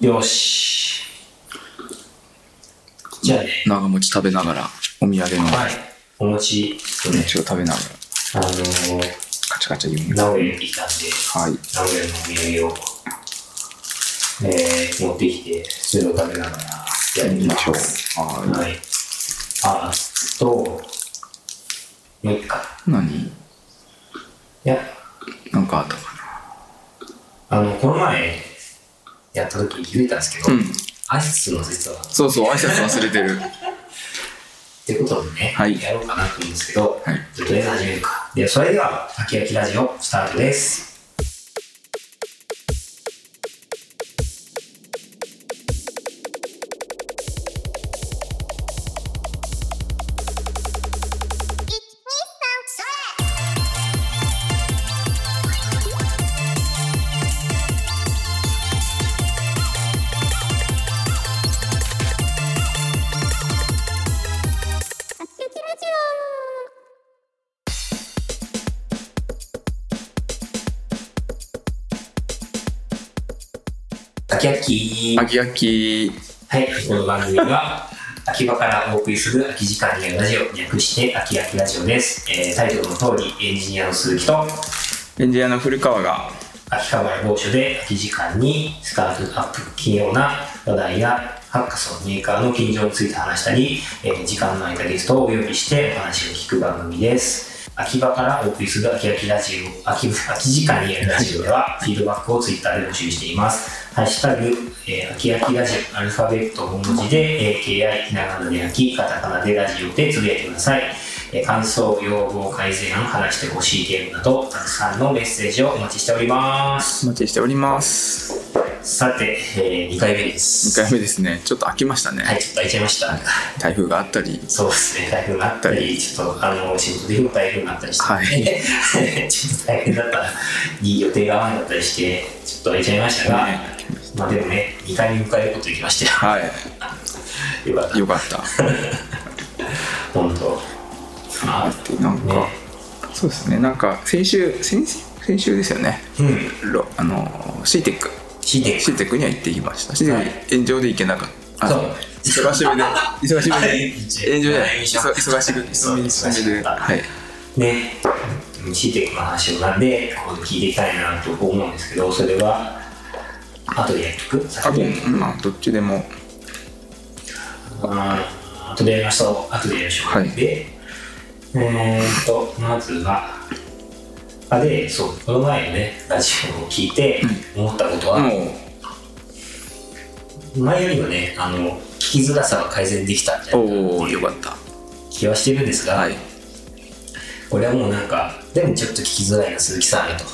よし。じゃあね、長餅食べながら、お土産のはい。お餅、そうね、餅を食べながら、あのー、カチャカチャ言うね。名古屋に来たんで、はい。名古屋のお土産を、えー、持ってきて、それを食べながらやりましょう。ははい。あと、もう一回。い。何いや、なんかあったかあの、この前、やった時に気づいたんですけど、なうん。アイスの実は、っそうそう、挨拶忘れてる。てことでね、はいやろうかなと思うんですけど、はいじゃあとりあえず始めるか。で、それでは、秋焼きラジオ、スタートです。秋焼きあきあき。はい、この番組は、 秋葉からお送りする秋時間にラジオ、略して秋焼きラジオです。えータイトルの通り、エンジニアの鈴木と、エンジニアの古川が、秋葉原某所で空き時間にスタートアップ企業な話題やハッカソンメーカーの近所について話したり、えー時間の空いたゲストをお呼びしてお話を聞く番組です秋葉からお送りする秋秋ラジオ秋秋時間にやるラジオではフィードバックをツイッターで募集していますハッシュタグ、えー、秋秋ラジオアルファベット大文字で、えー KI ひながらで秋カタカナでラジオでつぶやいてくださいえー感想、要望、改善、話してほしいテーマなど、たくさんのメッセージをお待ちしております。お待ちしております。さて、え2回目で2す。回目ですね。ちょっと飽きましたね。はい、ちょっと開いちゃいました。台風があったり、そうですね、台風があったはり、ちょっと、あの、仕事でも台風があったりして、は ちょっと大変だったり、予定が合わなかったりして、ちょっと開いちゃいましたが、ねまあでもね、2回目迎えることできましたよ。はい、よかったよかった。本当。まあ、でなんか、ね、そうですね、なんか先週、先先週ですよね、うん、ロあのシーテック、シーテシーテックには行ってきました。シーテック炎上で行けなかった。あそう忙し めで、忙しめで、炎上じゃない、忙忙しく、そう忙しめで、はい、ね、シーテックの話をなんで、こう聞いていきたいなと思うんですけど、それは、後でやっとくあ先とにまあどっちでも、うん後でやりましょう、後でやりましょう。はいで、えーっと、まずは、あで、そう、この前のね、ラジオを聞いて思ったことは、も前よりもね、あの、聞きづらさが改善できたみたういなおおよかった。気はしてるんですが、はい、これはもうなんかでもちょっと聞きづらいな鈴木さんへ と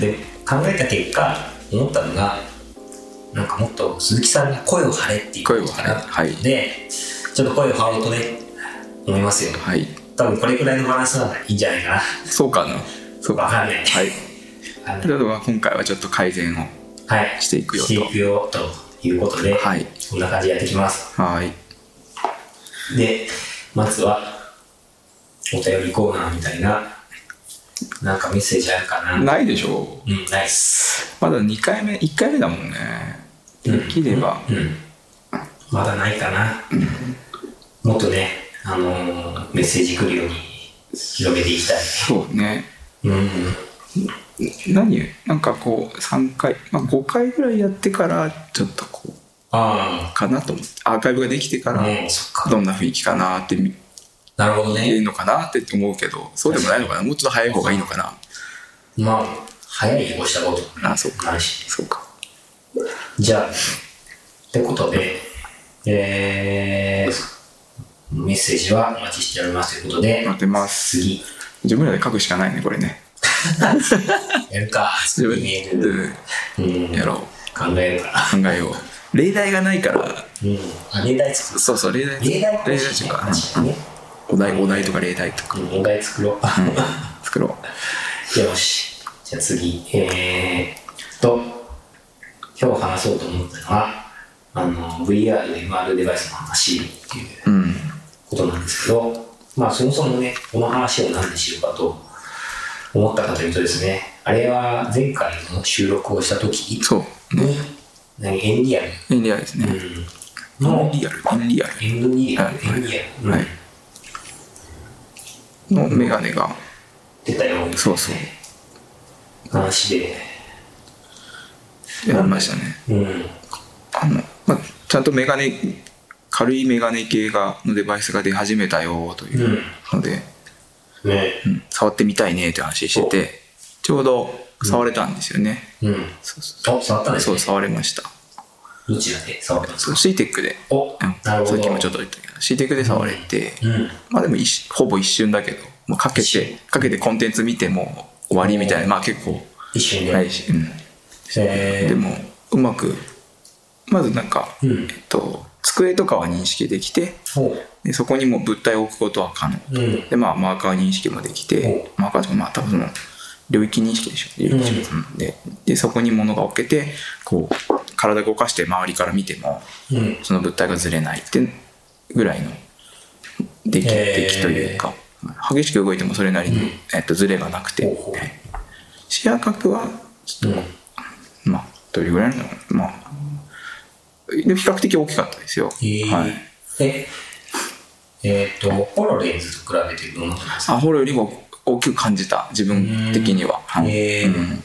で考えた結果思ったのがなんかもっと鈴木さんが声を張れっていう声をこと張かれな、はいでちょっと声を張ろうとね思いますよはい、多分これくらいのバランスならいいんじゃないかそうかな、そうなわか、かんないはい。あのあとは今回はちょっと改善を、はい していくよとしていくよということで、はい、こんな感じでやっていきますはい、でまずはお便りコーナーみたいななんかメッセージあるかなないでしょうん、ナイス。う。まだ2回目、1回目だもんね。うでんきれば、うん。まだないかな。もっとね、あのーメッセージ来るように広げていきたい。そうね。うん。何なんかこう3回、まあ、5回ぐらいやってからちょっとこうあかなと思ってアーカイブができてかあ。らねえ、そっか。どんな雰囲気かなって見なるほどえね。るのかなって思うけどそうでもないのかなもうちょっと早い方がいいのかなまあ、早いに越したことあそうかないし。そうかじゃあ、ってことで、えー、メッセージはお待ちしておりますということで、待ってます次、自分らで書くしかないねこれねやるか。 自分次メール。でうん。やろう考えるか。考えよう例題がないからうん。あ、例題作るそうそう例題例題例講題師とねか確かにねうんお題お題とか例題とか問題作ろ作ろううよしじゃあ次えー、っと今日話そうと思ったのはあの VR と MR デバイスの話っていううんことなんですけどまあそもそもねこの話を何でしようかと思ったかというとですねあれは前回の収録をした時に、そう何エンリアル、エンリアルですね、うん、のエンリアルエンリアルエンドリアル、はいエンリアル、はいのメガネが出たよみたいなそうそう話で、やりましたねうん、あの、まあ、ちゃんとメガネ軽いメガネ系がのデバイスが出始めたよというので、ね、うん触ってみたいねって話しててちょうど触れたんですよね、うん、そうそお触ったんうですそねう。触れましたどちらで触ったんですそかう。シーテックで、おうん、なるほさど。っきもちょっと言ったけどシーテックで触れて、うん。まあでも一瞬ほぼ一瞬だけど、まあ、かけ一瞬てかけてコンテンツ見てもう終わりみたいなまあ結構一瞬で。ないし、うんえーでもうまくまずなんか、うんえっと、机とかは認識できてほでそこにもう物体を置くことは可能う。うん。でまあマーカー認識もできてマーカーとかまあ多分その領域認識でしょ領域認識ででそこに物が置けてこう体動かして周りから見てもうん。その物体がずれないってぐらいの出来,、へー出来というか激しく動いてもそれなりに、うんえっと、ずれがなくて、ほうほうはい視野角はうん。まあどれぐらいなのかなまあでも比較的大きかったですよ、えーはい、え、えーっと、ホロレンズと比べてどうなんですかアホロよりも大きく感じた自分的には、はいへーうん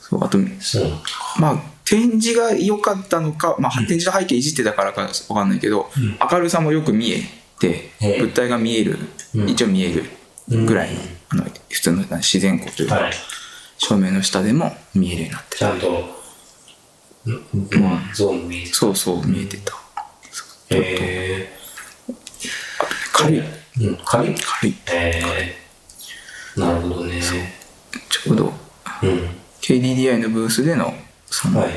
そうあとそうなんだ。まあ展示が良かったのか、まあ、展示の背景いじってたからかわかんないけど、うん明るさもよく見えてええ物体が見える、うん一応見えるぐらいの,、うんあの普通の自然光というか、はい。照明の下でも見えるようになってちたゃんと、んんゾーン見えてそうそう見えてたる。え軽いー、うん。軽い軽いえー、なるほどね。ちょうどうん。 KDDI のブースでのそのはい。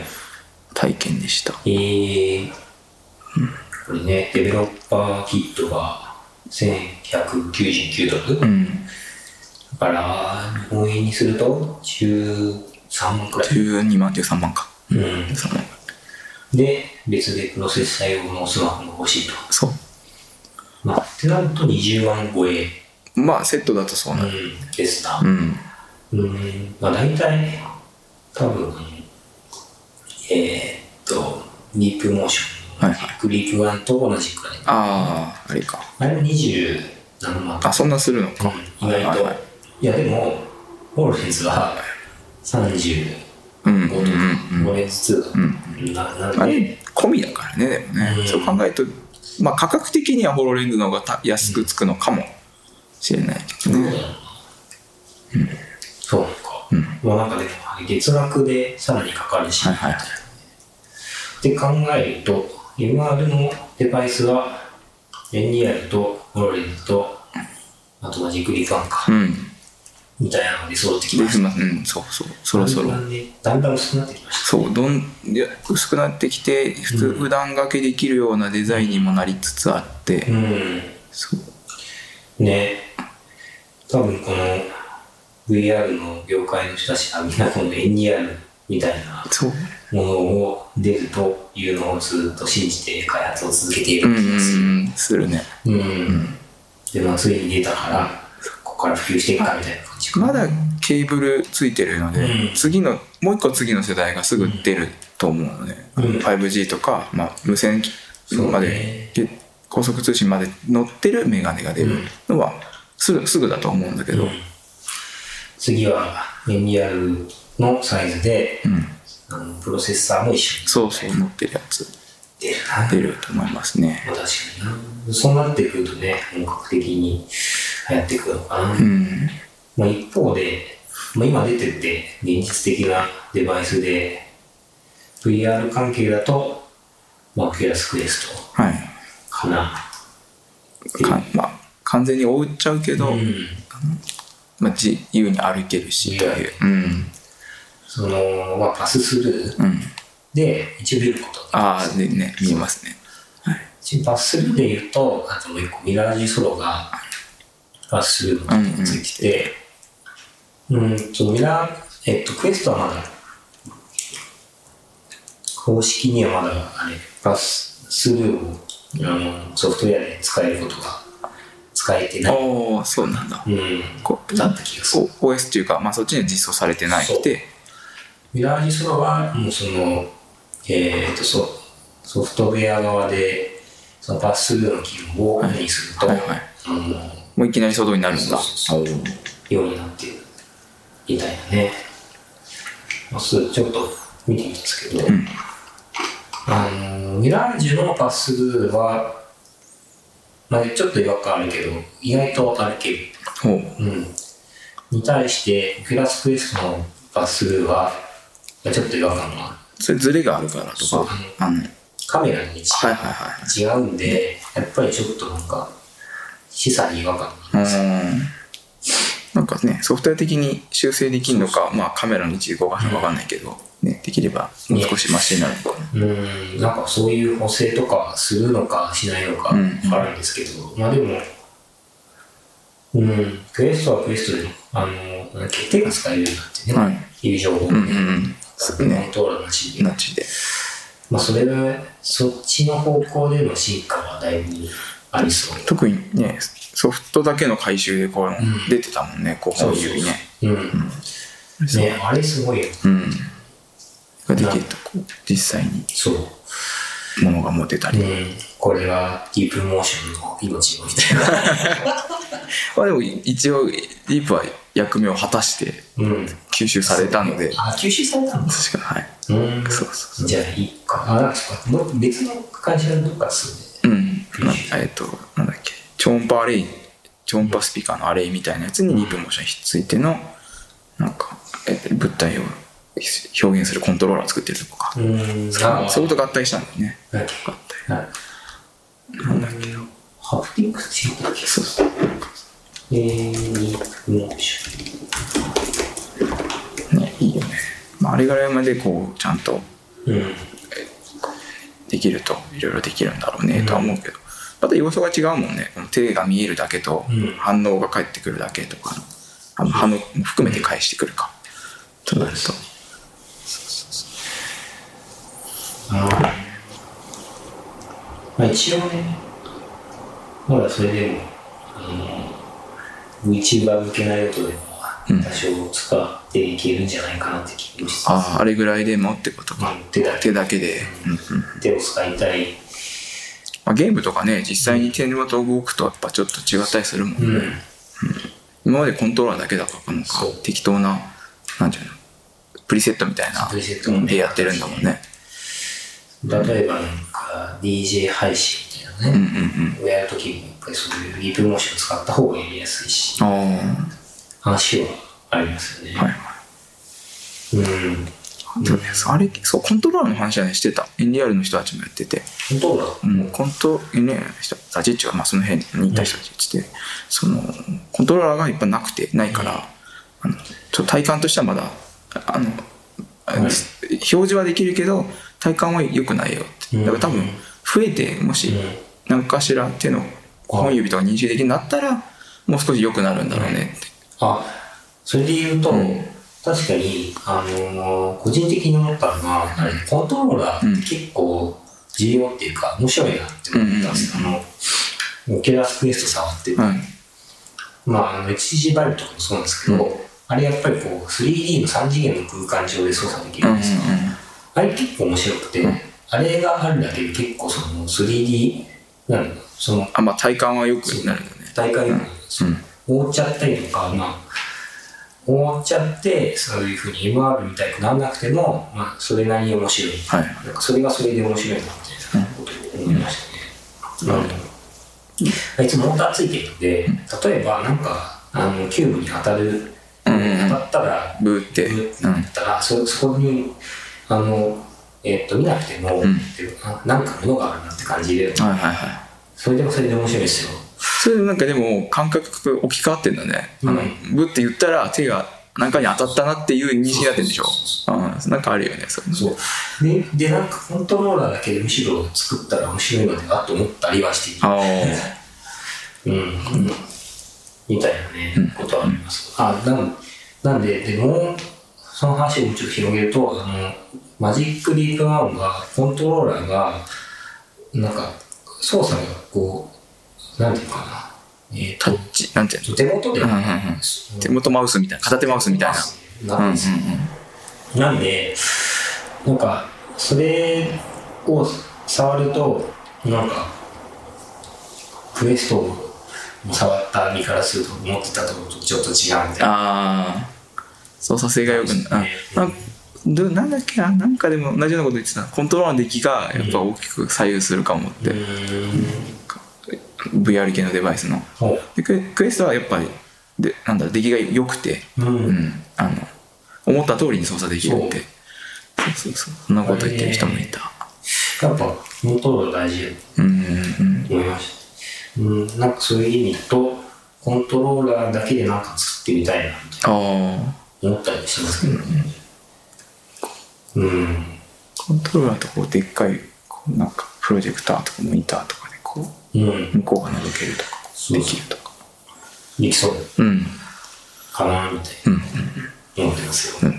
体験でした、えー、これね、デベロッパーキットが1199ドル、うだんから、日本円にすると13万くらい。 12万13万か、うん、そので、別でプロセッサー用のスマホが欲しいと。そうまあ、ってなると20万超え、まあセットだとそううなるん、ですな。うんうん、まあ大体、多分、えーっと、リープモーション、はいはグリープ1と同じくらい。あああれかあれも27万あそんなするのか、意外と、はいいはいやでもホールデンズは35うんうんとうかんうん5レンズ2うんななあんでれ込みだからねでもね、うんそう考えると、まあ、価格的にはホロレンズの方がた安くつくのかもしれないけどそうだね、よなそうか、うんまあなんかでも月額でさらにかかるし、はいはいはいって考えると MR のデバイスはエンリアルとホロレンズとあとマジックリファンか、うんみたいなので揃ってきでましたまあうんそうそうそろそろだんだんねだんだん薄くなってきましそうどんいや薄くなってきて普通うん普段掛けできるようなデザインにもなりつつあって、たうんそうね多分この VR の業界の人たちはみんなこの NER みたいなそうものを出るというのをずっと信じて開発を続けているうんうん気がするうんするねうん、でまあついに出たからここから普及していくかみたいな感じかまだケーブルついてるので、うん次のもう一個次の世代がすぐ出ると思うので、うん 5G とか、まあ、無線そうまで、ねで高速通信まで乗ってるメガネが出るのはすぐすぐだと思うんだけど、うん次は NER のサイズでうんあのプロセッサーも一緒にそうそう乗ってるやつ出るな出ると思いますね。まあ確かになそうなってくるとね本格的に流行ってくるのかな、うん、まあ、一方で、まあ、今出てて現実的なデバイスで VR 関係だと、まあ、オキュラスクエストはいかな。かまあ、完全に覆っちゃうけど、うんまあ、自由に歩けるしという。うんそのまあ、パススルーうん、で一応見ることああでね見えますね。一応パススルーで言うとあともう一個ミラージュソロがパススルーの機能がついてて、うんとミラー、えっと、クエストはまだ公式にはまだあれパススルーをあのソフトウェアで使えることが使使えてない。ああそうなんだうん。こうだった気がする。お OS っていうか、まあ、そっちには実装されてなくてミラージソロは、もうその、えー、とソソフトウェア側で、そのパス数の記号をオンにすると、はいはいあのもういきなり騒動になるんだそうおーようになってるみたいなね。まあ、そうちょっと見てみたんですけど、んあのミラージュのパス数は、まあ、ちょっと違和感あるけど、意外と歩ける。ほううん、に対して、クラスクエストのパス数は、まあちょっと違和感がある。それズレがあるからとそうかあのカメラの位置はいはいはい違うんで、やっぱりちょっとなんか、示唆に違和感うーんなんかねソフトウェア的に修正できるのか、まあ、カメラの位置で動かすのか分かんないけど、ね、できればもう少しマシになるのかな、うーん、なんかそういう補正とかするのかしないのかうんあるんですけど、まあでも、うん、クエストはクエストで、あの、なんか手が使えるようになってね、、はいう情報で、うんうんうんそうコンねトローラーなしで、ナッチでまあそれが、そっちの方向での進化はだいぶありそう。特にねソフトだけの回収でこう、ん出てたもんねこうそ本うそう指ねうん。ね、あれすごいよ。うんができるとこう実際にそう。ものが持てたり、うん、これはディープモーションの命をみたいな。まあでも一応ディープは役目を果たしてうん。吸収されたのであ、吸収されたんです。確かはいうん。そうそうじゃあ、いいか。あ、なんかそっかど別の会社のどっかですうん、なえっ、と、なんだっけ、超音波アレイ、超音波スピーカーのアレイみたいなやつにリープモーションひっついての、なんか、えー物体を表現するコントローラーを作ってるとこか。よね。うん。ああそういうこと合体したんだよね。はい合はい。体。なんだっけ。ハプティックって言うんだっけそうそう。えー、ディープモーション。ね、いいよね。まあ、あれぐらいまでこう、ちゃんとうん。できると、いろいろできるんだろうね、とは思うけど。また様相が違うもんね。この手が見えるだけとうん、反応が返ってくるだけとか、あの反応も含めて返してくるか。となると。あまあ、一応ね、まだそれでも、あの、VTuber 向けな用途でも、多少使っていけるんじゃないかなって気もしつつ、あああれぐらいでもってことか、うん手だけ手だけで、うんうん手を使いたい。まあ、ゲームとかね実際に手元動くとやっぱちょっと違ったりするもんね、うん。今までコントローラーだけだからなんかそう適当ななんていうのプリセットみたいなプリセットみたいなでやってるんだもんね例えばなんか DJ 配信みたいなうんうね、んをやるときもやっぱりそういうリープモーション使った方がやりやすいし、うんあ話はありますよね。あはいはいうん。あとねあれそうコントローラーの話はねしてたエンリアルの人たちもやってて、本当だ。うん、コントエンリアルの人たちっていうか、まあ、その辺にいた人たちって、そのコントローラーがいっぱいなくてないから、あのちょっと体感としてはまだあの、い表示はできるけど体感は良くないよってうんだから多分増えてもしうん何かしら手の本指とか認識できるようになったらもう少し良くなるんだろうねって、あ、それで言うと、うん確かに、あのー個人的に思ったのは、コントローラーって結構重要っていうか、面白いなって思ったんですよ。あの、オキュラスクエスト触ってて、はい、まあ、あの HCG バイブとかもそうなんですけど、うんあれやっぱりこう 3D の3次元の空間上で操作できるんですよ、あれ結構面白くて、うんあれがあるだけで結構その 3D なんだそのあまあ体感は良くなるよね大会なんですようん覆っちゃったりとか、まあ、覆っちゃってそういうふうに MR みたいにならなくても、まあ、それなりに面白い、はいなんかそれがそれで面白いなみたいなことを思いましたね。うん、いつもモーターついてるんで、例えばなんかあのキューブに当たる、うんうんうん当たったら、ブーってブーってうんなったら、そそこにあの、えっと見なくても、んあなんかものがあるなって感じで、はいはいはいそれでもそれで面白いですよ。それでなんかでも感覚が置き換わってんだね、あのうブって言ったら手が何かに当たったなっていう認識になってるんでしょうんなんかあるよねそれそうででなんかコントローラーだけでむしろ作ったら面白いのではと思ったりはしているああうん、うんみたいなね、ことはあります。あなんなんで、でもう、その話をもうちょっと広げると、あのマジックディープワンは、コントローラーが、なんか、操作がこう、なんていうかえータとッチ、なんていうの手元で、うんうんうん手元マウスみたいな、片手マウスみたいな。なうんうんんですよなんで、なんか、それを触ると、なんか、クエストを触った身からすると、思ってたところとちょっと違うみたいな。ああ操作性がよくなあなどなんだっけななんかでも同じようなこと言ってたコントローラーの出来がやっぱ大きく左右するかもっうて、ーん VR 系のデバイスのほうでクエクエストはやっぱりでなんだろう出来が良くて、ううんん。あの思った通りに操作できるってそうそうそうそんなこと言ってる人もいた、やっぱ、コントロール大事だうんうんと思いました。うん、なんかそういう意味と、コントローラーだけでなんか作ってみたいな、ああ思ったりしてますけどね。うん。コントローラーとこうでっかいこうなんかプロジェクターとかモニターとかでこううん。向こうが覗けるとかそうでそきうるとかできそううんかな、みたいうんうんな思ってますよ。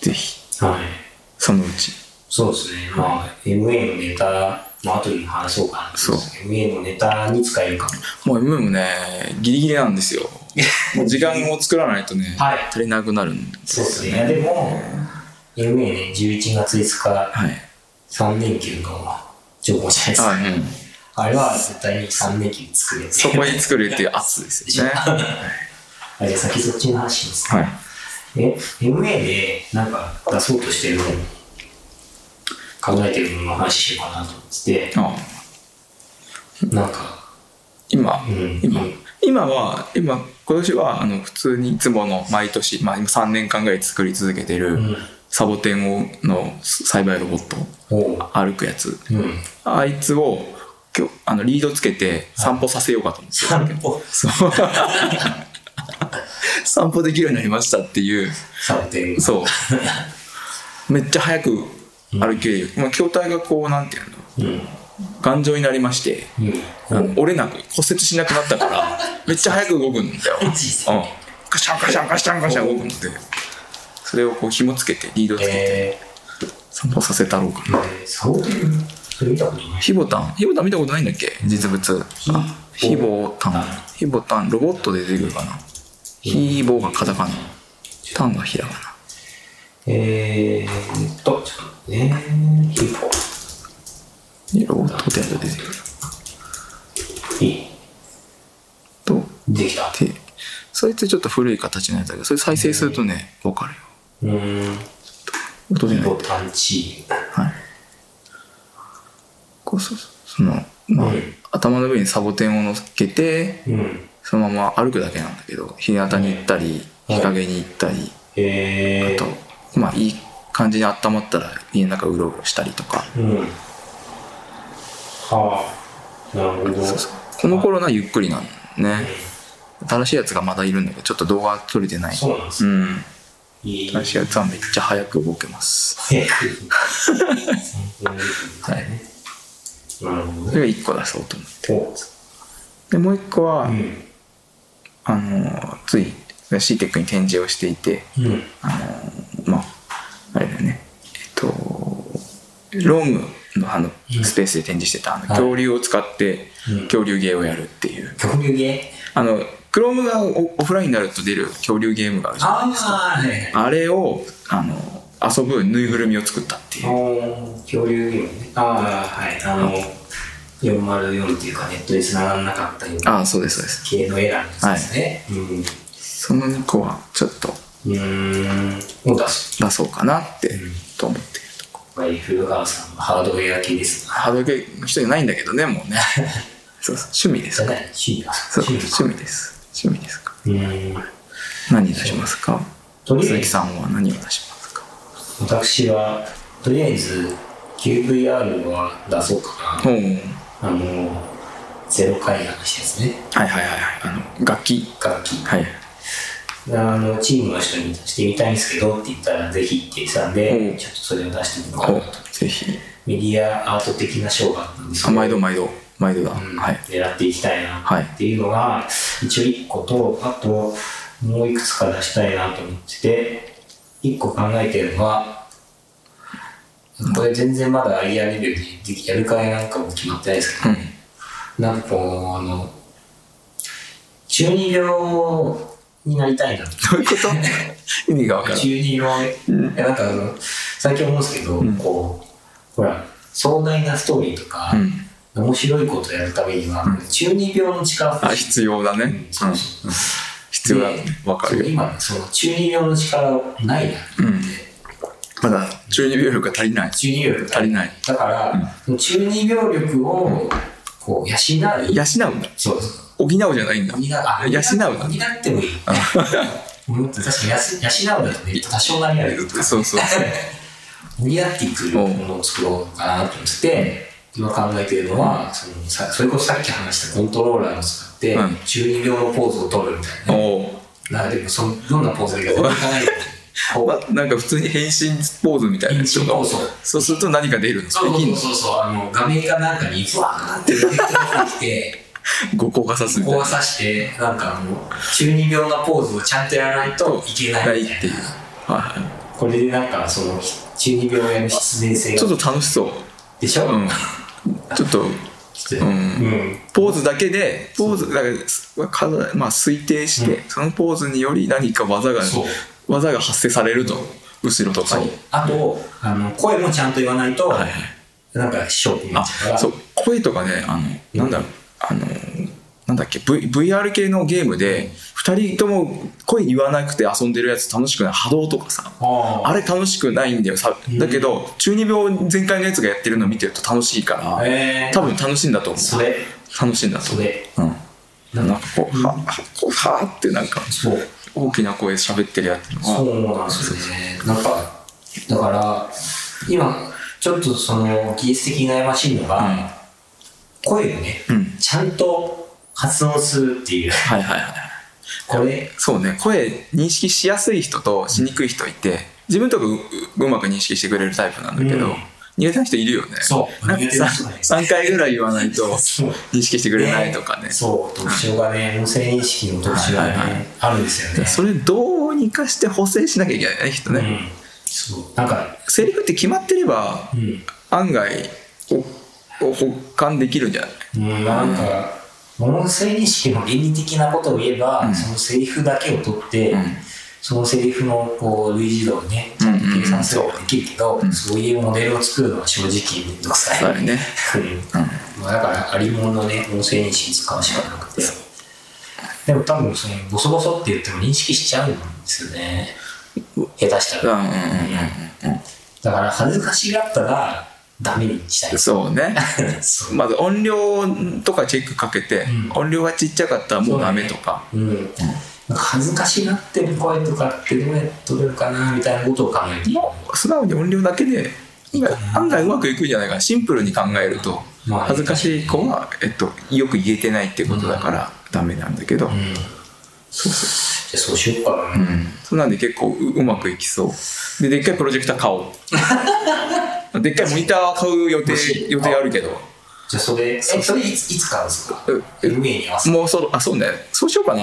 ぜひはい。そのうちそうですね、まあ、MA のネタ、まあ後に話そうかなそう MA のネタに使えるか。もう MM もねギリギリなんで すよもう時間を作らないとね、はい足りなくなるんですそうですね、いやでも、MA ね、11月5日、はい3連休の情報じゃないですか。はい、うん、あれは絶対に3連休作れて。そこに作るっていう圧ですよねあじゃあ先そっちの話します。はいえ、MA でなんか出そうとしてるもの、考えてるものの話しようかなと思ってて、ああなんか、今、うん今うん今は今今年はあの普通にいつもの毎年、まあ、今3年間ぐらい作り続けてる、うん、サボテンをの栽培ロボットおう、歩くやつうん、 あいつを今日あのリードつけて散歩させようかと思って散歩そう散歩できるようになりましたっていうされてる。そうめっちゃ速く歩ける、まあ、筐体がこうなんていうのうん、頑丈になりましてうん、あの折れなく骨折しなくなったから めっちゃ速く動くんだよ、うん、でカシャンカシャンカシャンカシャン動くんでそれをこう紐つけてリードつけてえ散歩させたろうかなー、えー、サボテンそれ見たことない。ヒボタンヒボタン見たことないんだっけ実物あヒボタンヒボタンロボットで出てくるかなヒボがカタカナタンがひらがなえーっと、ちょっとね、ヒーポでロボットで出てくるいい。とできた。でそいつちょっと古い形のやつだけどそれ再生するとね分かるようーん、音出ヒないポタンチはいこうそうそうその、まあうん頭の上にサボテンを乗っけてー。うん。そのまま歩くだけなんだけど日向に行ったりはい日陰に行ったり、えー、と、まあいい感じに温まったら家の中うろうろしたりとか、うん。はあ、なるほど。そうそうこの頃のはゆっくりなのね新しいやつがまだいるんだけどちょっと動画撮れてないそうなんですうね。んいい。新 しいやつはめっちゃ早く動けます早く。はい。なるほどそね。れが1個出そうと思っておでもう1個は、うん。あのつい c テックに展示をしていてうん。あのまああれだよねえっとロームのあのうんスペースで展示してたあのい恐竜を使ってうん恐竜芸をやるっていう曲流芸あの、クロームがオオフラインになると出る恐竜ゲームがあるじゃんああ、はいはい。あれを、あの、遊ぶぬいぐるみを作ったっていう。お恐竜ゲームねああはいあの404っていうかネットで繋がらなかったようなああ、そうです、そうです。系のエラーですね、うんうその2個はちょっとーんを出す出そうかなって、うんと思っているとこ。これフルハウスのハードウェア系ですハードゲーの人じゃないんだけどね、も うね。そうそう、趣味でじすゃかない趣味だそう趣味趣味です。趣味ですか。うん何出しますかとりあえ鈴ず木さんは何を出しますか私はとりあえず QVR は出そうかおなおはいあのゼロ回話ですねはいはいはい。あの、楽器。楽器はい。あのチームの人に出してみたいんですけどって言ったらぜひって言ってたんで、うんちょっとそれを出してみようかなおとぜひ。メディアアート的な賞があったんですあ、けど、毎度毎度。毎度だ。うんはい。狙っていきたいはないっていうのが一応1個とあともういくつか出したいなと思ってて1個考えてるのはこれ全然まだアイデアレビューでやるかやらんかも決まってないですけどうん。なんかこう、あの、中二病になりたいなとどういうこと意味がわからん。中二病、えなんかあの最近思うんですけど、うんこうほら壮大なストーリーとかう、ん。面白いことをやるためには、中二病の力あ、欲しい必要だね。ううんんそうそう必要だね。わかそうるよ。今その中二病の力ないなと思って、まだ中二病力が足りない。中二病力足りない。だから、中二病力をこう養う養うんだ。そうそう補うじゃないんだ補。あ養うな補ってもいいうん確かにやす養うだとね多少なりあるそうそう。補っていくものを作ろうかなと思ってて今考えているのはそのさそれこそさっき話したコントローラーを使って、うん中二病のポーズを取るみたいなお おなでもそのどんなポーズでか分からないけどこうま、なんか普通に変身ポーズみたいなやつとか変身ポーズそうすると何か出るのそうできんそうのそうそうあの画面かなんかにふわーって出てきて五光がさすみたいこうなさしてなんかあの中二病なポーズをちゃんとやらないといけなないいっみたていいうなはいはこれでなんかその中二病への必然性いちょがっと楽しそうでしょ、うんちょっときっうとうんんポーズだけでポーズだからかまあ推定して、そのポーズにより何か技がそう技が発生されると後ろとかそうにあとあの声もちゃんと言わないと、はいはいなんかショックになあっちゃうからそう声とかねあのなんだろうあのなんだっけ、v、VR 系のゲームで2人とも声言わなくて遊んでるやつ楽しくない波動とかさあーあれ楽しくないんだよさんだけど中二病全開のやつがやってるの見てると楽しいからえー、多分楽しいんだと思それう楽しいんだとそ思うれうんなんかこうはこうはーってなんかそう大きな声で喋ってるやつのそがうなんですよね。なんか、だから、今、ちょっとその、技術的に悩ましいのが、うん声をね、うんちゃんと発音するっていう、はいはいはいこれ、そうね声認識しやすい人としにくい人いて自分とかうううまく認識してくれるタイプなんだけど、うん苦手な人いるよねそうなんか苦手な人がいる 3, 回ぐらい言わな いとそう認識してくれないとかねそう、特徴がね、音声認識の特徴がね、はいはいはいあるんですよね。それどうにかして補正しなきゃいけないね人ね、うん。そう。なんか、セリフって決まってればうん。案外おお補完できるんじゃないうん、なんか、音声認識の原理的なことを言えば、うんそのセリフだけを取って、うんそのセリフのこう類似度をね、ちゃんと計算すればできるけど、んうんそういうモデルを作るのは正直めんどくさい。だよね、うんまあだから、ありもののね、音声認識使うしかなくて。でも多分、その、ボソボソって言っても認識しちゃうんですよね。下手したうん、ら。うんうんだから、恥ずかしがったら、ダメにしたいうん。そうね そうまず音量とかチェックかけて、うん音量がちっちゃかったらもうダメとか、うん、なんか恥ずかしがってる声とかってどうやって取れるかなみたいなことを考えてもう素直に音量だけで今案外うまくいくんじゃないかなシンプルに考えるとまあ恥ずかしい子は、えっと、よく言えてないってことだからダメなんだけど、うんじゃあそうしようかうな、んそうなんで結構ううまくいきそうででっかいプロジェクター買お うでっかいモニター買う予定欲しい予定あるけどじゃあそれえそれいついつ買うんですかうえ MA に合わせてもうそろあそうねそうしようかな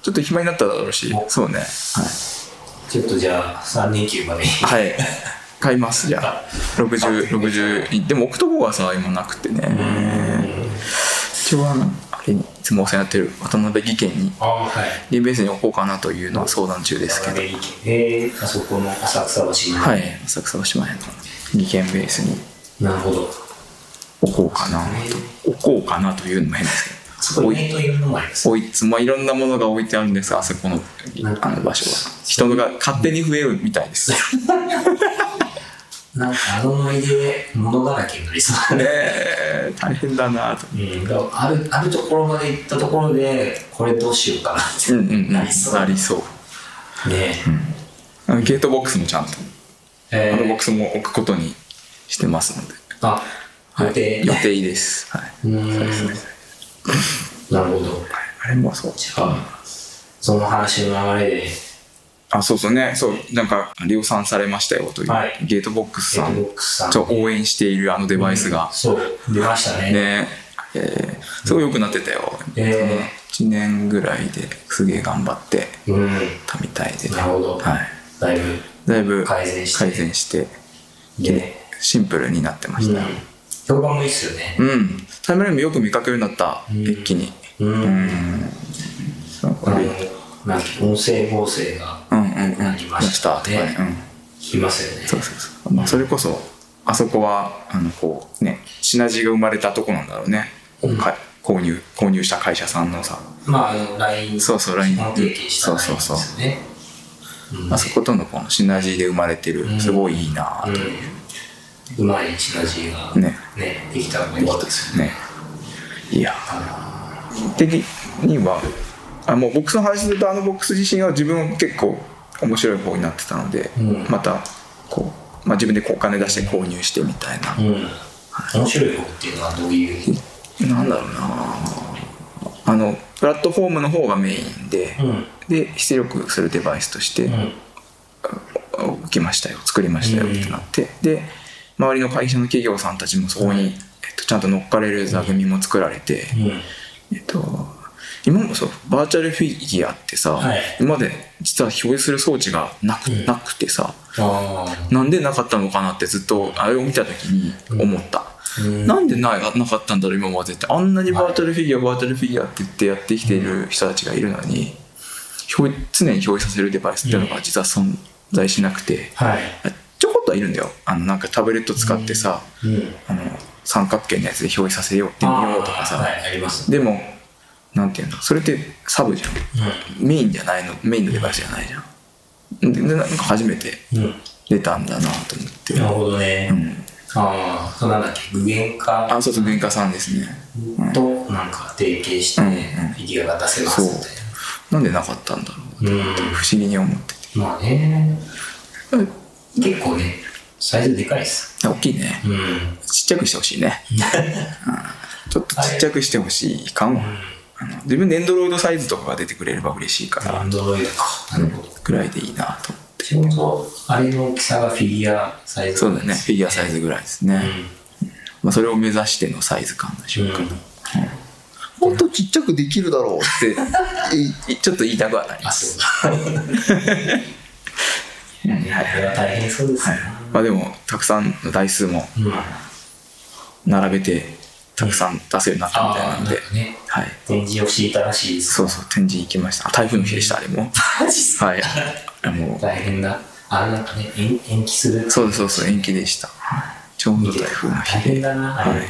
ちょっと暇になっただろうしおそうねちょっとじゃあ3年休まではい、はい、 買いますじゃあ6060でも置くとこがさ今なくてね、一応あのあれにいつもお世話になってる渡辺技研にああはいリーベースに置こうかなというのは相談中ですけど長えー、あそこの浅草橋に、はい浅草橋前の技研ベースになるほど置こうかなと置こうかなというのも変ですそけどこ置イいベントいるのもあります置いつまあいろんなものが置いてあるんですがあそこのあの場所は人が勝手に増えるみたい ですなんかあの思い出で物だらけになりそうだねねえ大変だなとうん、だからあるあるところまで行ったところでこれどうしようかなってうんうんなりそうなりそうねあのゲートボックスもちゃんとえあのボーックスも置くことにしてますので、あはい予定、予定です、はいうーんなるほどあれもそうじゃあその話の流れであそうそうねそうなんか量産されましたよという、はいゲートボックスゲさーんムボックスさんちょ応援しているあのデバイスが、そう出ましたねねえーすごい良くなってたよ、え1年ぐらいですげえ頑張ってうんたみたいで、なるほどはい、だいだいぶ改善して改善してぶねシンプルになってまうしんた、評判もいいっすよねうんタイムラインもよく見かけるようになった、ん一気にうん。そうこんのうんなんか音声合成がうんうんありましたとかねね、うん聞きますよね。そうそうそう、まあ、それこそあそこはあのこうねシナジーが生まれたとこなんだろうね、か購入購入した会社さんのさまあ、あの LINE そうそう LINE の提携したそう LINE そでうそうすよね。うんあそことのこのシナジーで生まれてる、うんすごいいいなぁうんうまいシナジーがねねできたらよかったですよね。ねいやぁ的にはあもうボックスの話するとあのボックス自身は自分は結構面白い方になってたので、うんまたこう、まあ、自分でこうお金出して購入してみたいな、うん。面白い方っていうのはどういう。なんだろうなぁあのプラットフォームの方がメインで、うん。で出力するデバイスとしてうん。置きましたよ作りましたよってなって、で周りの会社の企業さんたちもそこに、えっと、ちゃんと乗っかれる座組も作られて、うん。えっと今もそうバーチャルフィギュアってさ、はい今まで実は表示する装置がなく,、うんなくてさああ。なんでなかったのかなってずっとあれを見た時に思った。うんなんでないなかったんだろう今までってあんなにバーチャルフィギュアバーチャルフィギュアって言ってやってきている人たちがいるのに表常に表示させるデバイスっていうのが実は存在しなくてはい。ちょこっとはいるんだよあのなんかタブレット使ってさ、うん。あの三角形のやつで表示させようってみようとかあーさはい、あります。でもなんていうのそれってサブじゃんメインじゃないのメインのデバイスじゃないじゃんででなんか初めてうん。うん。出たんだなと思って、なるほどね。うん、ああ、そうなんだっけ、具現化あそうそう文化さんですねとなんか提携して、うんうんフィギュアが出せますそうみたいな。なんでなかったんだろううん、不思議に思っててまあね、うん結構ね、サイズでかいっす。大きいねうん。ちっちゃくしてほしいね、うんちょっとちっちゃくしてほしいかも、あの自分でエンドロイドサイズとかが出てくれれば嬉しいから、アンドロイドか。なるほど。ぐらいでいいなと思ってちょうど、あれの大きさがフィギュアサイズそうだねフィギュアサイズぐらいですね、まあ、それを目指してのサイズ感でしうょん。ううか、ん。もっとちっちゃくできるだろうって いいちょっと言いたくはなりあ、ますそうだ。いや、これは大変そうですね。まあでもたくさんの台数もうん。並べてたくさん出すようになったみたいあなあ、のなんで、かね、はい展示を敷いたらしいです。そうそう展示行きましたあ台風の日でしたあれもマジっすかはいあも大変だ。あ、なんかね、延延期するう。そうそうそう延期でしたはいちょうど台風の大日変でだな、あれね。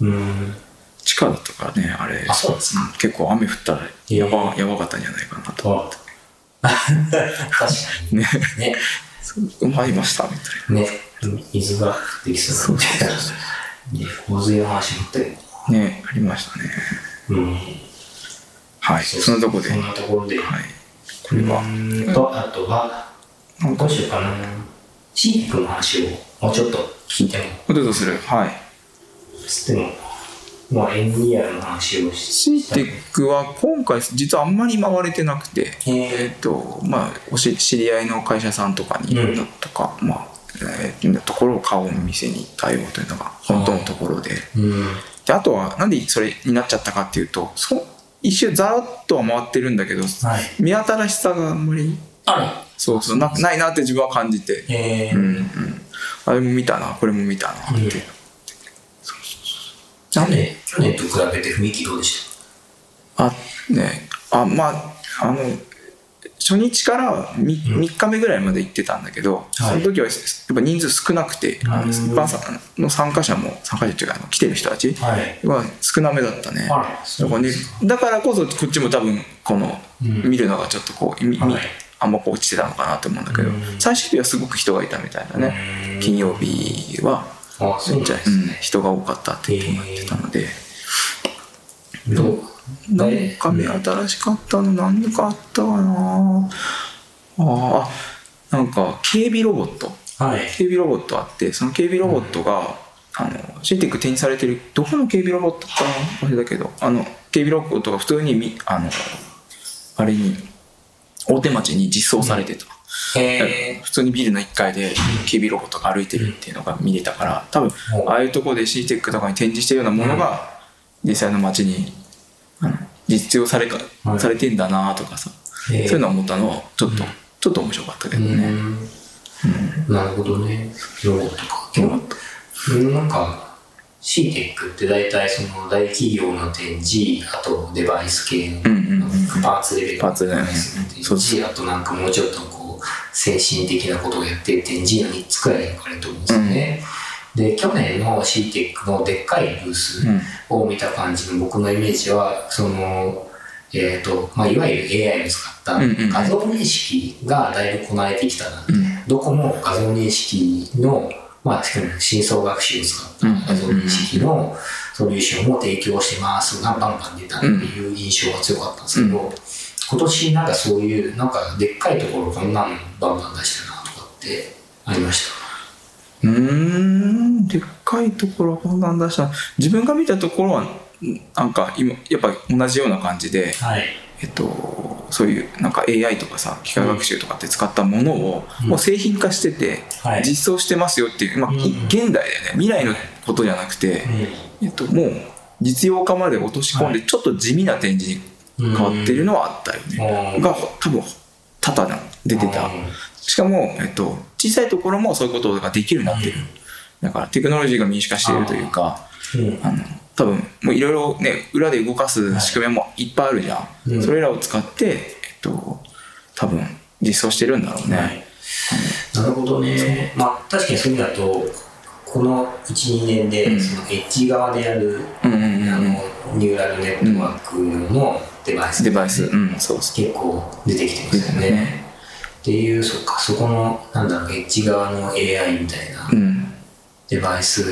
うん。地下だとかねあれあそうなんですかん結構雨降ったらやば,、やばかったんじゃないかなとと。確かねに。ね。うまいましたみたいね、水が降ってきそうだね。ね洪水の話になってるなねありましたねうん。はいそのとこでそはんいなところで。これはうーんと、あとは、なんどかうしようかな。シークの話をもうちょっと聞いても、ポテトするはいつっても、まあ、エンジニアの話をシしーテックは今回実はあんまり回れてなくてええっとまあおし知り合いの会社さんとかにうんだとか、まあえーところを顔を見せに行ったよというのが本当のところでー、うん。であとはなんでそれになっちゃったかっていうとそ一周ざらっとは回ってるんだけどはい。見新しさがあんまりあら。そうそうなないなって自分は感じて、えうんー、うん、あれも見たなこれも見たなって、うんそうそうそう去年、去年と比べて雰囲気どうでしあねあまああの初日から 3, うん日目ぐらいまで行ってたんだけど、はいその時はやっぱ人数少なくて、あのうん一般さの参加者も参加者っていうかあの来てる人たちたはい。は少なめだったねあら、だからねだからこそこっちも多分このうん見るのがちょっとこう、みみはいあんまこう落ちてたのかなと思うんだけど、うん最終日はすごく人がいたみたいだね、うん金曜日はあ、そうなめっんちゃ、でうすんね。人が多かったっていうのが言ってたので。どうなんか目新しかったの何かあったかなあーなんか警備ロボットはい。警備ロボットあってその警備ロボットが、あのシンテック展示されてるどこの警備ロボットかなあれだけどあの警備ロボットが普通にみあのあれに大手町に実装されてた、へ普通にビルの1階で警備ロボットが歩いてるっていうのが見れたから多分うんああいうとこで c テックとかに展示してるようなものが実際の街にあの実用されか、はいされてんだなとかさ、えー。そういうのは思ったのはちょっと、うんちょっと面白かったけどうね、んなるほどね。ロボットか。ロボットうんなんか、 CTEC って大体その大企業の展示、あとデバイス系のうんうんうんパーツレベルパのーツレベルね展そう示、あとなんかもうちょっとこう精神的なことをやってる展示の3つくらいに分かれると思うんですよね。で、去年の CTEC のでっかいブースうんを見た感じの僕のイメージは、その、えっ、と、まあ、いわゆる AI を使ったうんうんうん画像認識がだいぶこなれてきたなうんどこも画像認識の、まあ、しかも深層学習を使った画像認識のソリューションを提供してますが、バンバン出たっていう印象が強かったんですけど、今年なんかそういう、なんかでっかいところこんなのバンバン出してるなとかってありましうーんでっかいところ判断出した自分が見たところはなんか今やっぱ同じような感じで、た。はい。えっと、そういうなんか AI とかさ機械学習とかって使ったものを、もう製品化してて、はい実装してますよっていう、まあうんうん現代だよね未来のことじゃなくて、えっと、もう実用化まで落とし込んで、ちょっと地味な展示に変わってるのはあったよね、うんが多分多々な出てた、しかも、えっと、小さいところもそういうことができるようになってる、うんだからテクノロジーが民主化しているというかあの多分もういろいろね裏で動かす仕組みもいっぱいあるじゃん、うんそれらを使って、えっと、多分実装してるんだろうね、はいなるほどね。まあ、確かにそういう意味だと、この1、2年うで、んそのエッジ側でやるうんうんうんあうんのニューラルネットワークのデバイスデバイスうんそうそう結構出てきてますよね。っていうそっかそこのなんだろうエッジ側の AI みたいなうんデバイス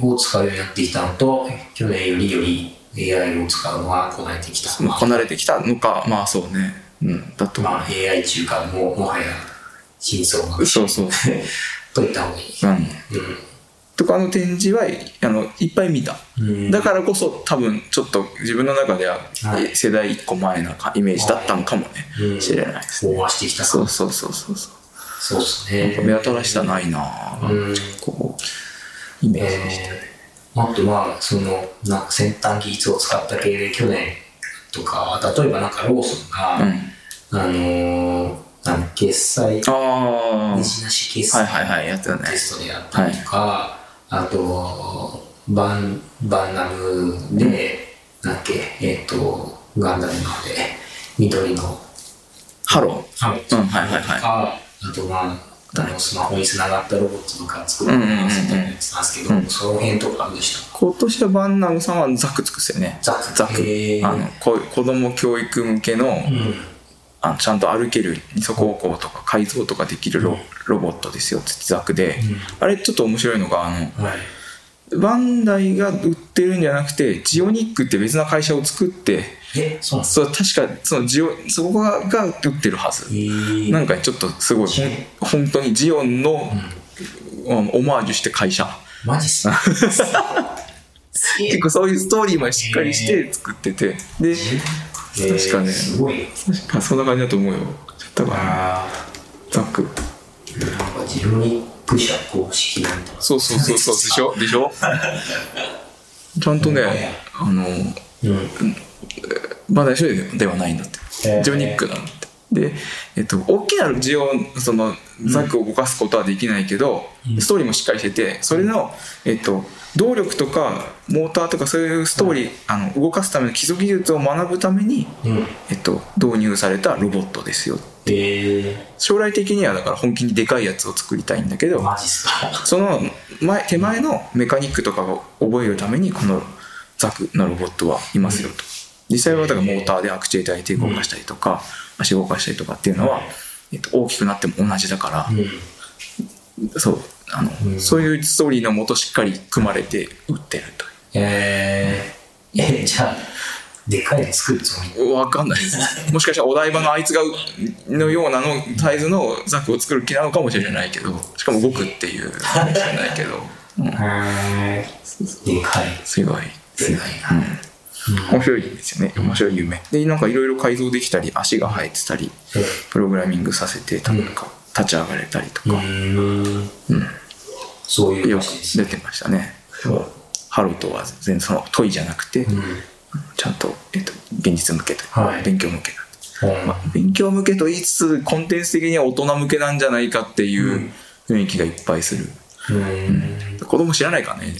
を使うようになってきたのと去年よりより AI を使うのはこなれてきた。まあまあ離れてきたのかまあそうね、うん、だと思う、まあ AI 中間ももはや真相がそうそう、といった方がいい。うん、うとかの展示はいあのいっぱい見たんうん、だからこそ多分ちょっと自分の中でははい世代一個前なかイメージだったのかもねうん知れないです飽和してきたそうそうそうそうそうそうですなんねか。目新しさないなぁうんこうイメージしてえー、あとまあそのなんか先端技術を使った系で去年とか例えばなんかローソンが、うんあのーなんだ決済ああは西なし決い済はいはいやってたねテストでやったりとか、あとバンバンナムで、なんだっけえっ、とガンダムの方で緑のハロハムとか、ーうんはいはいはいあとまああのスマホにつながったロボットとか作るのうんうんうんうんを遊んだりやつなんですけど、うんその辺とかどうでした今年はバンナムさんはザク作ってたよねザクザクへーあのこう子供教育向けのうんあのちゃんと歩ける二足歩行とか改造とかできるロロボットですよってザクであれちょっと面白いのがあのはいバンダイが売ってるんじゃなくてジオニックって別な会社を作ってえ、そうなんですそう確かそのジオそこがが売ってるはずえーなんかちょっとすごいほん本当にジオンの、うんオマージュして会社マジっ すかすげえ結構そういうストーリーまでしっかりして作っててで確かえーねすごいよ確かそんな感じだと思うよだからあザックーなんかジロニック社公式なんだそうそうそうそうでしょでしょ ちゃんとねあのうんまだ一緒ではないんだって、えージオニックなんだってで、えっと、大きなジオそのザックを動かすことはできないけど、うんストーリーもしっかりしててそれの、えっと、動力とかモーターとかそういうストーリー、あの動かすための基礎技術を学ぶために、うんえっと、導入されたロボットですよえ将来的にはだから本気にでかいやつを作りたいんだけど、ーマジっすかその前手前のメカニックとかを覚えるためにこのザクのロボットはいますよと実際はだからモーターでアクチュエーターで手動かしたりとか足動かしたりとかっていうのは、えっと、大きくなっても同じだからう、んそうあのうんそういうストーリーのもとしっかり組まれて売ってるえーえじゃあでかいの作るつもりというわかんないです もしかしたらお台場のあいつがのようなのサイズのザクを作る気なのかもしれないけどしかも動くっていうかもしれないけど、うんへーでかいすごい。でかいなうん面白いですよね面白い夢でなんかいろいろ改造できたり足が生えてたりプログラミングさせてたなんか立ち上がれたりとうんか、うんそういうよく感じです出てましたねハローとは全然その問いじゃなくて、うんちゃんと、えっと、現実向けという、はい勉強向けだうんまあ勉強向けと言いつつコンテンツ的には大人向けなんじゃないかっていううん雰囲気がいっぱいする、うん。子供知らないか らね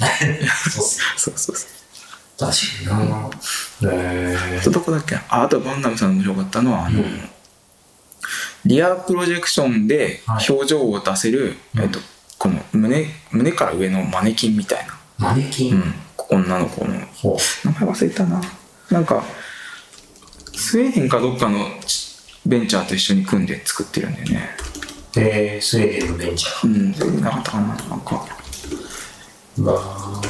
そうっす。そうそうそう確かにな。えあとどこだっけああとバンダムさんの面白かったのはあの、リアプロジェクションではい表情を出せる、うんえっと、この胸胸から上のマネキンみたいな、マネキうン。ん、女の子のほう。名前忘れたななんかスウェーデンかどっかのベンチャーと一緒に組んで作ってるんだよねえー、スウェーデンのベンチャうんそれでなかったかななんかー。うわー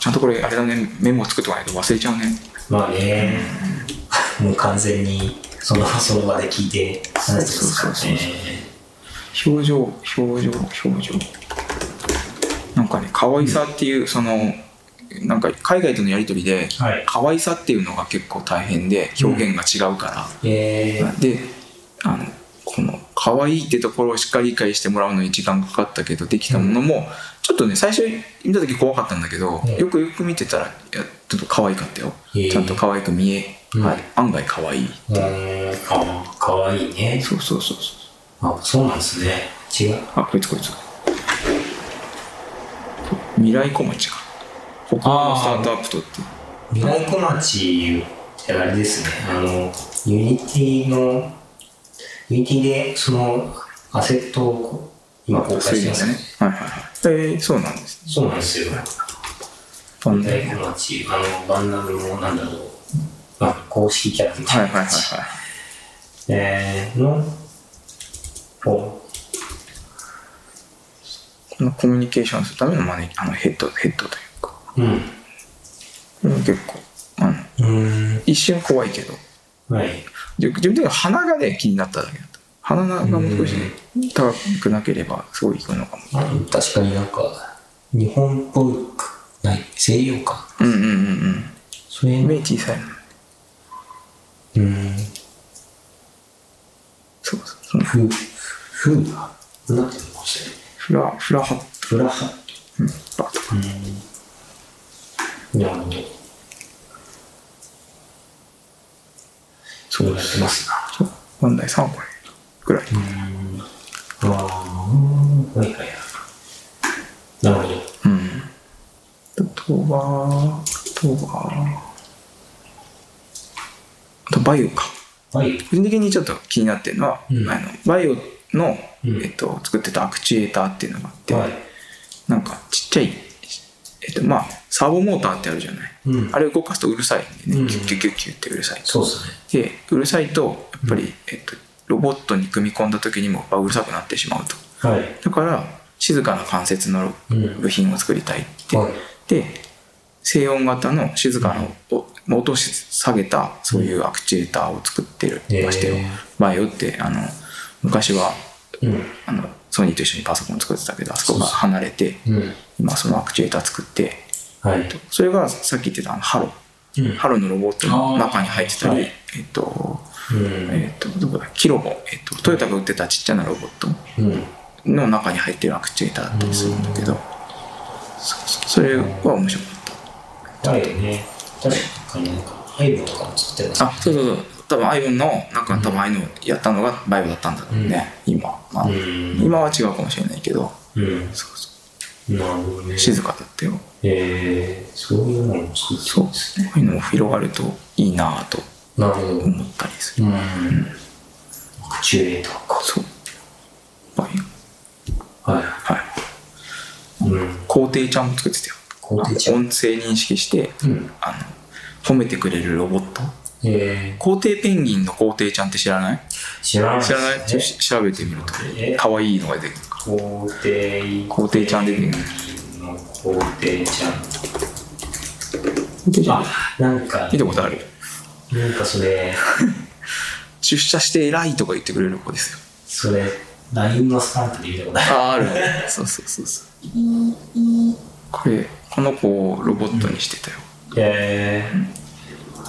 ちゃんとこれあれだねメモを作っとかないと忘れちゃうねまあね、もう完全にその場その場で聞いて話してますからね。表情表情表情なんかね可愛さっていう、そのなんか海外とのやり取りで、はい可愛さっていうのが結構大変で表現が違うから、えー、であのこの可愛いってところをしっかり理解してもらうのに時間かかったけどできたものも、ちょっとね最初見た時怖かったんだけど、うんよくよく見てたらいやちょっと可愛かったよ、へえちゃんと可愛く見え、うんはい、案外可愛いうーん、あかわいいね。そうそうそうそうあ、そうなんですね。違う。あこいつこいつ未来小町か他あのースタートアップとって未来小町ってあれですね、あの、ユニティの、ユニティでそのアセットを今公開してますねね。はいはいはいえー、そうなんですそうなんですよ。パン未ダ来小町、あの、バンナムの、なんだろう、まあ、公式キャラみたいはいはないはい感はじ。えー、の、お、いこのコミュニケーションするためのマネあのヘッドヘッドというかうん。これも結構あのうーん。一瞬怖いけどはい。自自分的には鼻がね気になっただけだった鼻がもう少し高くなければすごいいくのかもあ確かになんか、日本っぽくない。西洋か。うんうんうんそれうんう目小さいのーん。そうそうそのふ、ふうが、なんていうのそれ。フラフラハッフラハ。うんバーとかなるほど。そうやってますな。そうバンダイさんはこれぐらいああ、はいはいはい。なるほど。うん。あとは、あとは、あとバイオか。はい。個人的にちょっと気になってるのは、うんあのバイオの、うんえっと、作ってたアクチュエーターっていうのがあって、はい。なんかちっちゃい、えっと、まあ、サーボモーターってあるじゃない。うんあれ動かすとうるさいんでね、うんキュッキュッキュッキュッってうるさい。そうですね。で、うるさいと、やっぱり、えっと、ロボットに組み込んだ時にもやっぱうるさくなってしまうと。はい。だから、静かな関節のうん部品を作りたいって、はいで静音型の静かなお音を下げたそういうアクチュエーターを作ってるへーましてよ、バイオってあの昔はうん。あのソニーと一緒にパソコン作ってたけどあそこがそうそう離れてうん。今そのアクチュエーター作ってはい。それがさっき言ってたあのハロうんハロのロボットの中に入ってたあーり、はいえっとうん。えっとどこだキロボ、えっと、トヨタが売ってたちっちゃなロボットうん。の中に入ってるアクチュエーターだったりするんだけどそうそうそれは面白かった。はいね。確かになんか、アイボとかも作ってます。あそうそうそう多分 iPhone の中多分ああいうのをやったのがバイブだったんだろうね、今、まあうん。今は違うかもしれないけどうん。そうそなるほどねう。静かだったよ、えー、そういうのも作ってそうですねこういうのも広がるといいなぁとなるほど。うん。思ったりする、アクチュエーターか。そうバイはい。はいうん。皇帝ちゃんも作ってたよ皇帝ちゃんあの音声認識して、うん。あの褒めてくれるロボットえ皇帝ペンギンの皇帝ちゃんって知らないー、知らない、知らないちょっとね。調べてみるとえ可愛いのが出てくるから皇帝。皇帝ちゃん出てくるの皇帝ちゃん。皇帝ちゃんあ、なんか見、たことあるなんかそれ、出社して偉いとか言ってくれる子ですよ。それ、LINE のスタンプで見たことある。ああ、ある。 そうそうそうそう。これ、この子をロボットにしてたよ。えー、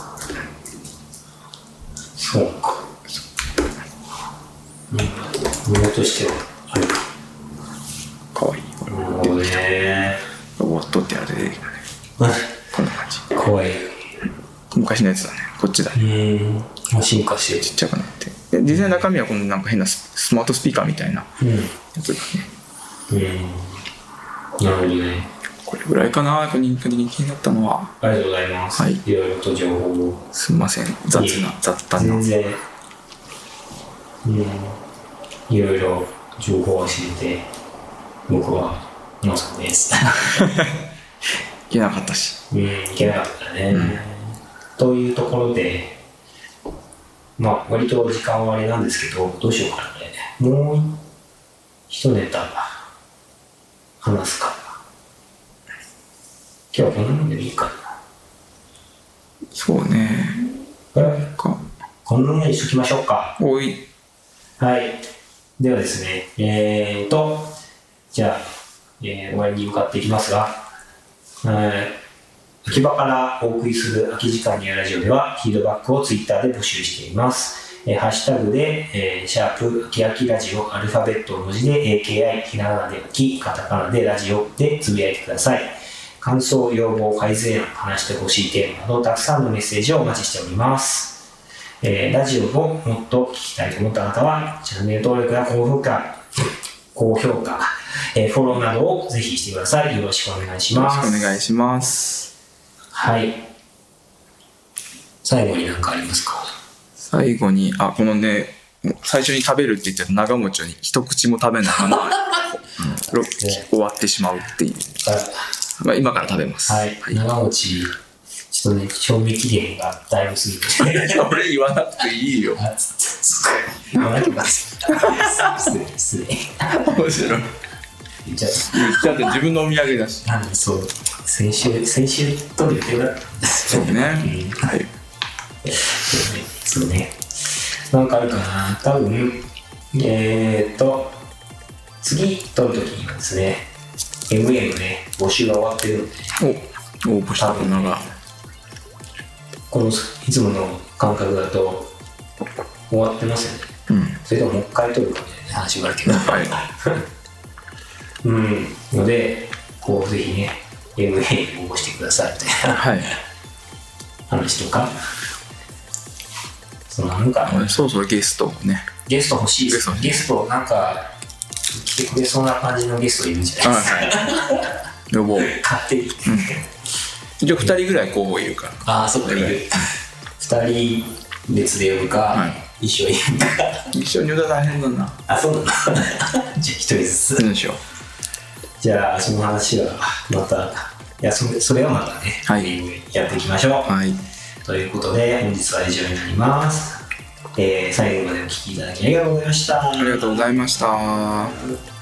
そうか。うん。ものとしては、あれか。かわいい。これなるほどね。ロボットってやると出てきたね。こんな感じ。怖い。昔のやつだね。こっちだうね。ん。もう進化してるちっちゃくなって。で、実際の中身はこのなんか変なススマートスピーカーみたいなうん。やつだね。うん。なるほどね。これぐらいかな個人的に気になったのはありがとうございます。はいいろいろと情報を。すみません雑な雑多全な然、うん、いろいろ情報を知れて、僕は、まさかです。いけなかったしうん、いけなかったね、というところで、まあ、割と時間はあれなんですけど、どうしようかなね。もう一ネタ話すかな。今日はこんなもんでもいいかな。そうねこれはなんかこんなもんにしときましょうか。多いはい。ではですね、えーと、じゃあ、えー終わりに向かっていきますが、えー秋葉からお送りする空き時間にやラジオでは、フィードバックをツイッターで募集しています。えーハッシュタグで、えーシャープ、秋秋ラジオ、アルファベット文字で、AKI、ひらがなで秋、カタカナでラジオでつぶやいてください。感想、要望、改善案、話してほしいテーマなど、たくさんのメッセージをお待ちしております。えーラジオをもっと聞きたいと思った方は、チャンネル登録や高評価、高評価、えーフォローなどをぜひしてください。よろしくお願いしよろましす。くお願いしますはい。最後に何かありますか最後にあこのね最初に食べるって言ってた長餅に一口も食べないま まうんろ終わってしまうっていう、まあ、今から食べますはい。長持ち、ちょっとね、賞味期限がだいぶ過ぎ て。俺言わなくていいよあつつつ言わなきゃな失礼、失礼。面白いじゃだって自分のお土産だしあ、 なんでそう、先週、先週取る予定だったんですそうねんはい そうね。なんかあるかな。多分、えーっと、次撮るときにはですね、MA のね、募集が終わってるので、お応募したものがこのいつもの感覚だと終わってますよね。うんそれとももう一回撮るかみたいな話があるけど。はいうん。ので、こう、ぜひね、MA に応募してくださいみたいな。はい話とか、そのなんあのか、そろそろゲストをねゲスト欲しいでゲストす欲しいゲスト、なんか、来てくれそうな感じのゲストいるんじゃないですか。はい呼ぼう勝手に。一応2人ぐらい候補いるからああ、そうか、いる。二人別で呼ぶはか、一緒に呼ぶか。一緒に歌大変だなあ、 そうだ。じゃあ、一人ずつ。何でしょうじゃあ、その話は、また、いや、それそれはまたね、はいやっていきましょう。はいということで、本日は以上になります。えー最後までお聞きいただきありがとうございました。ありがとうございました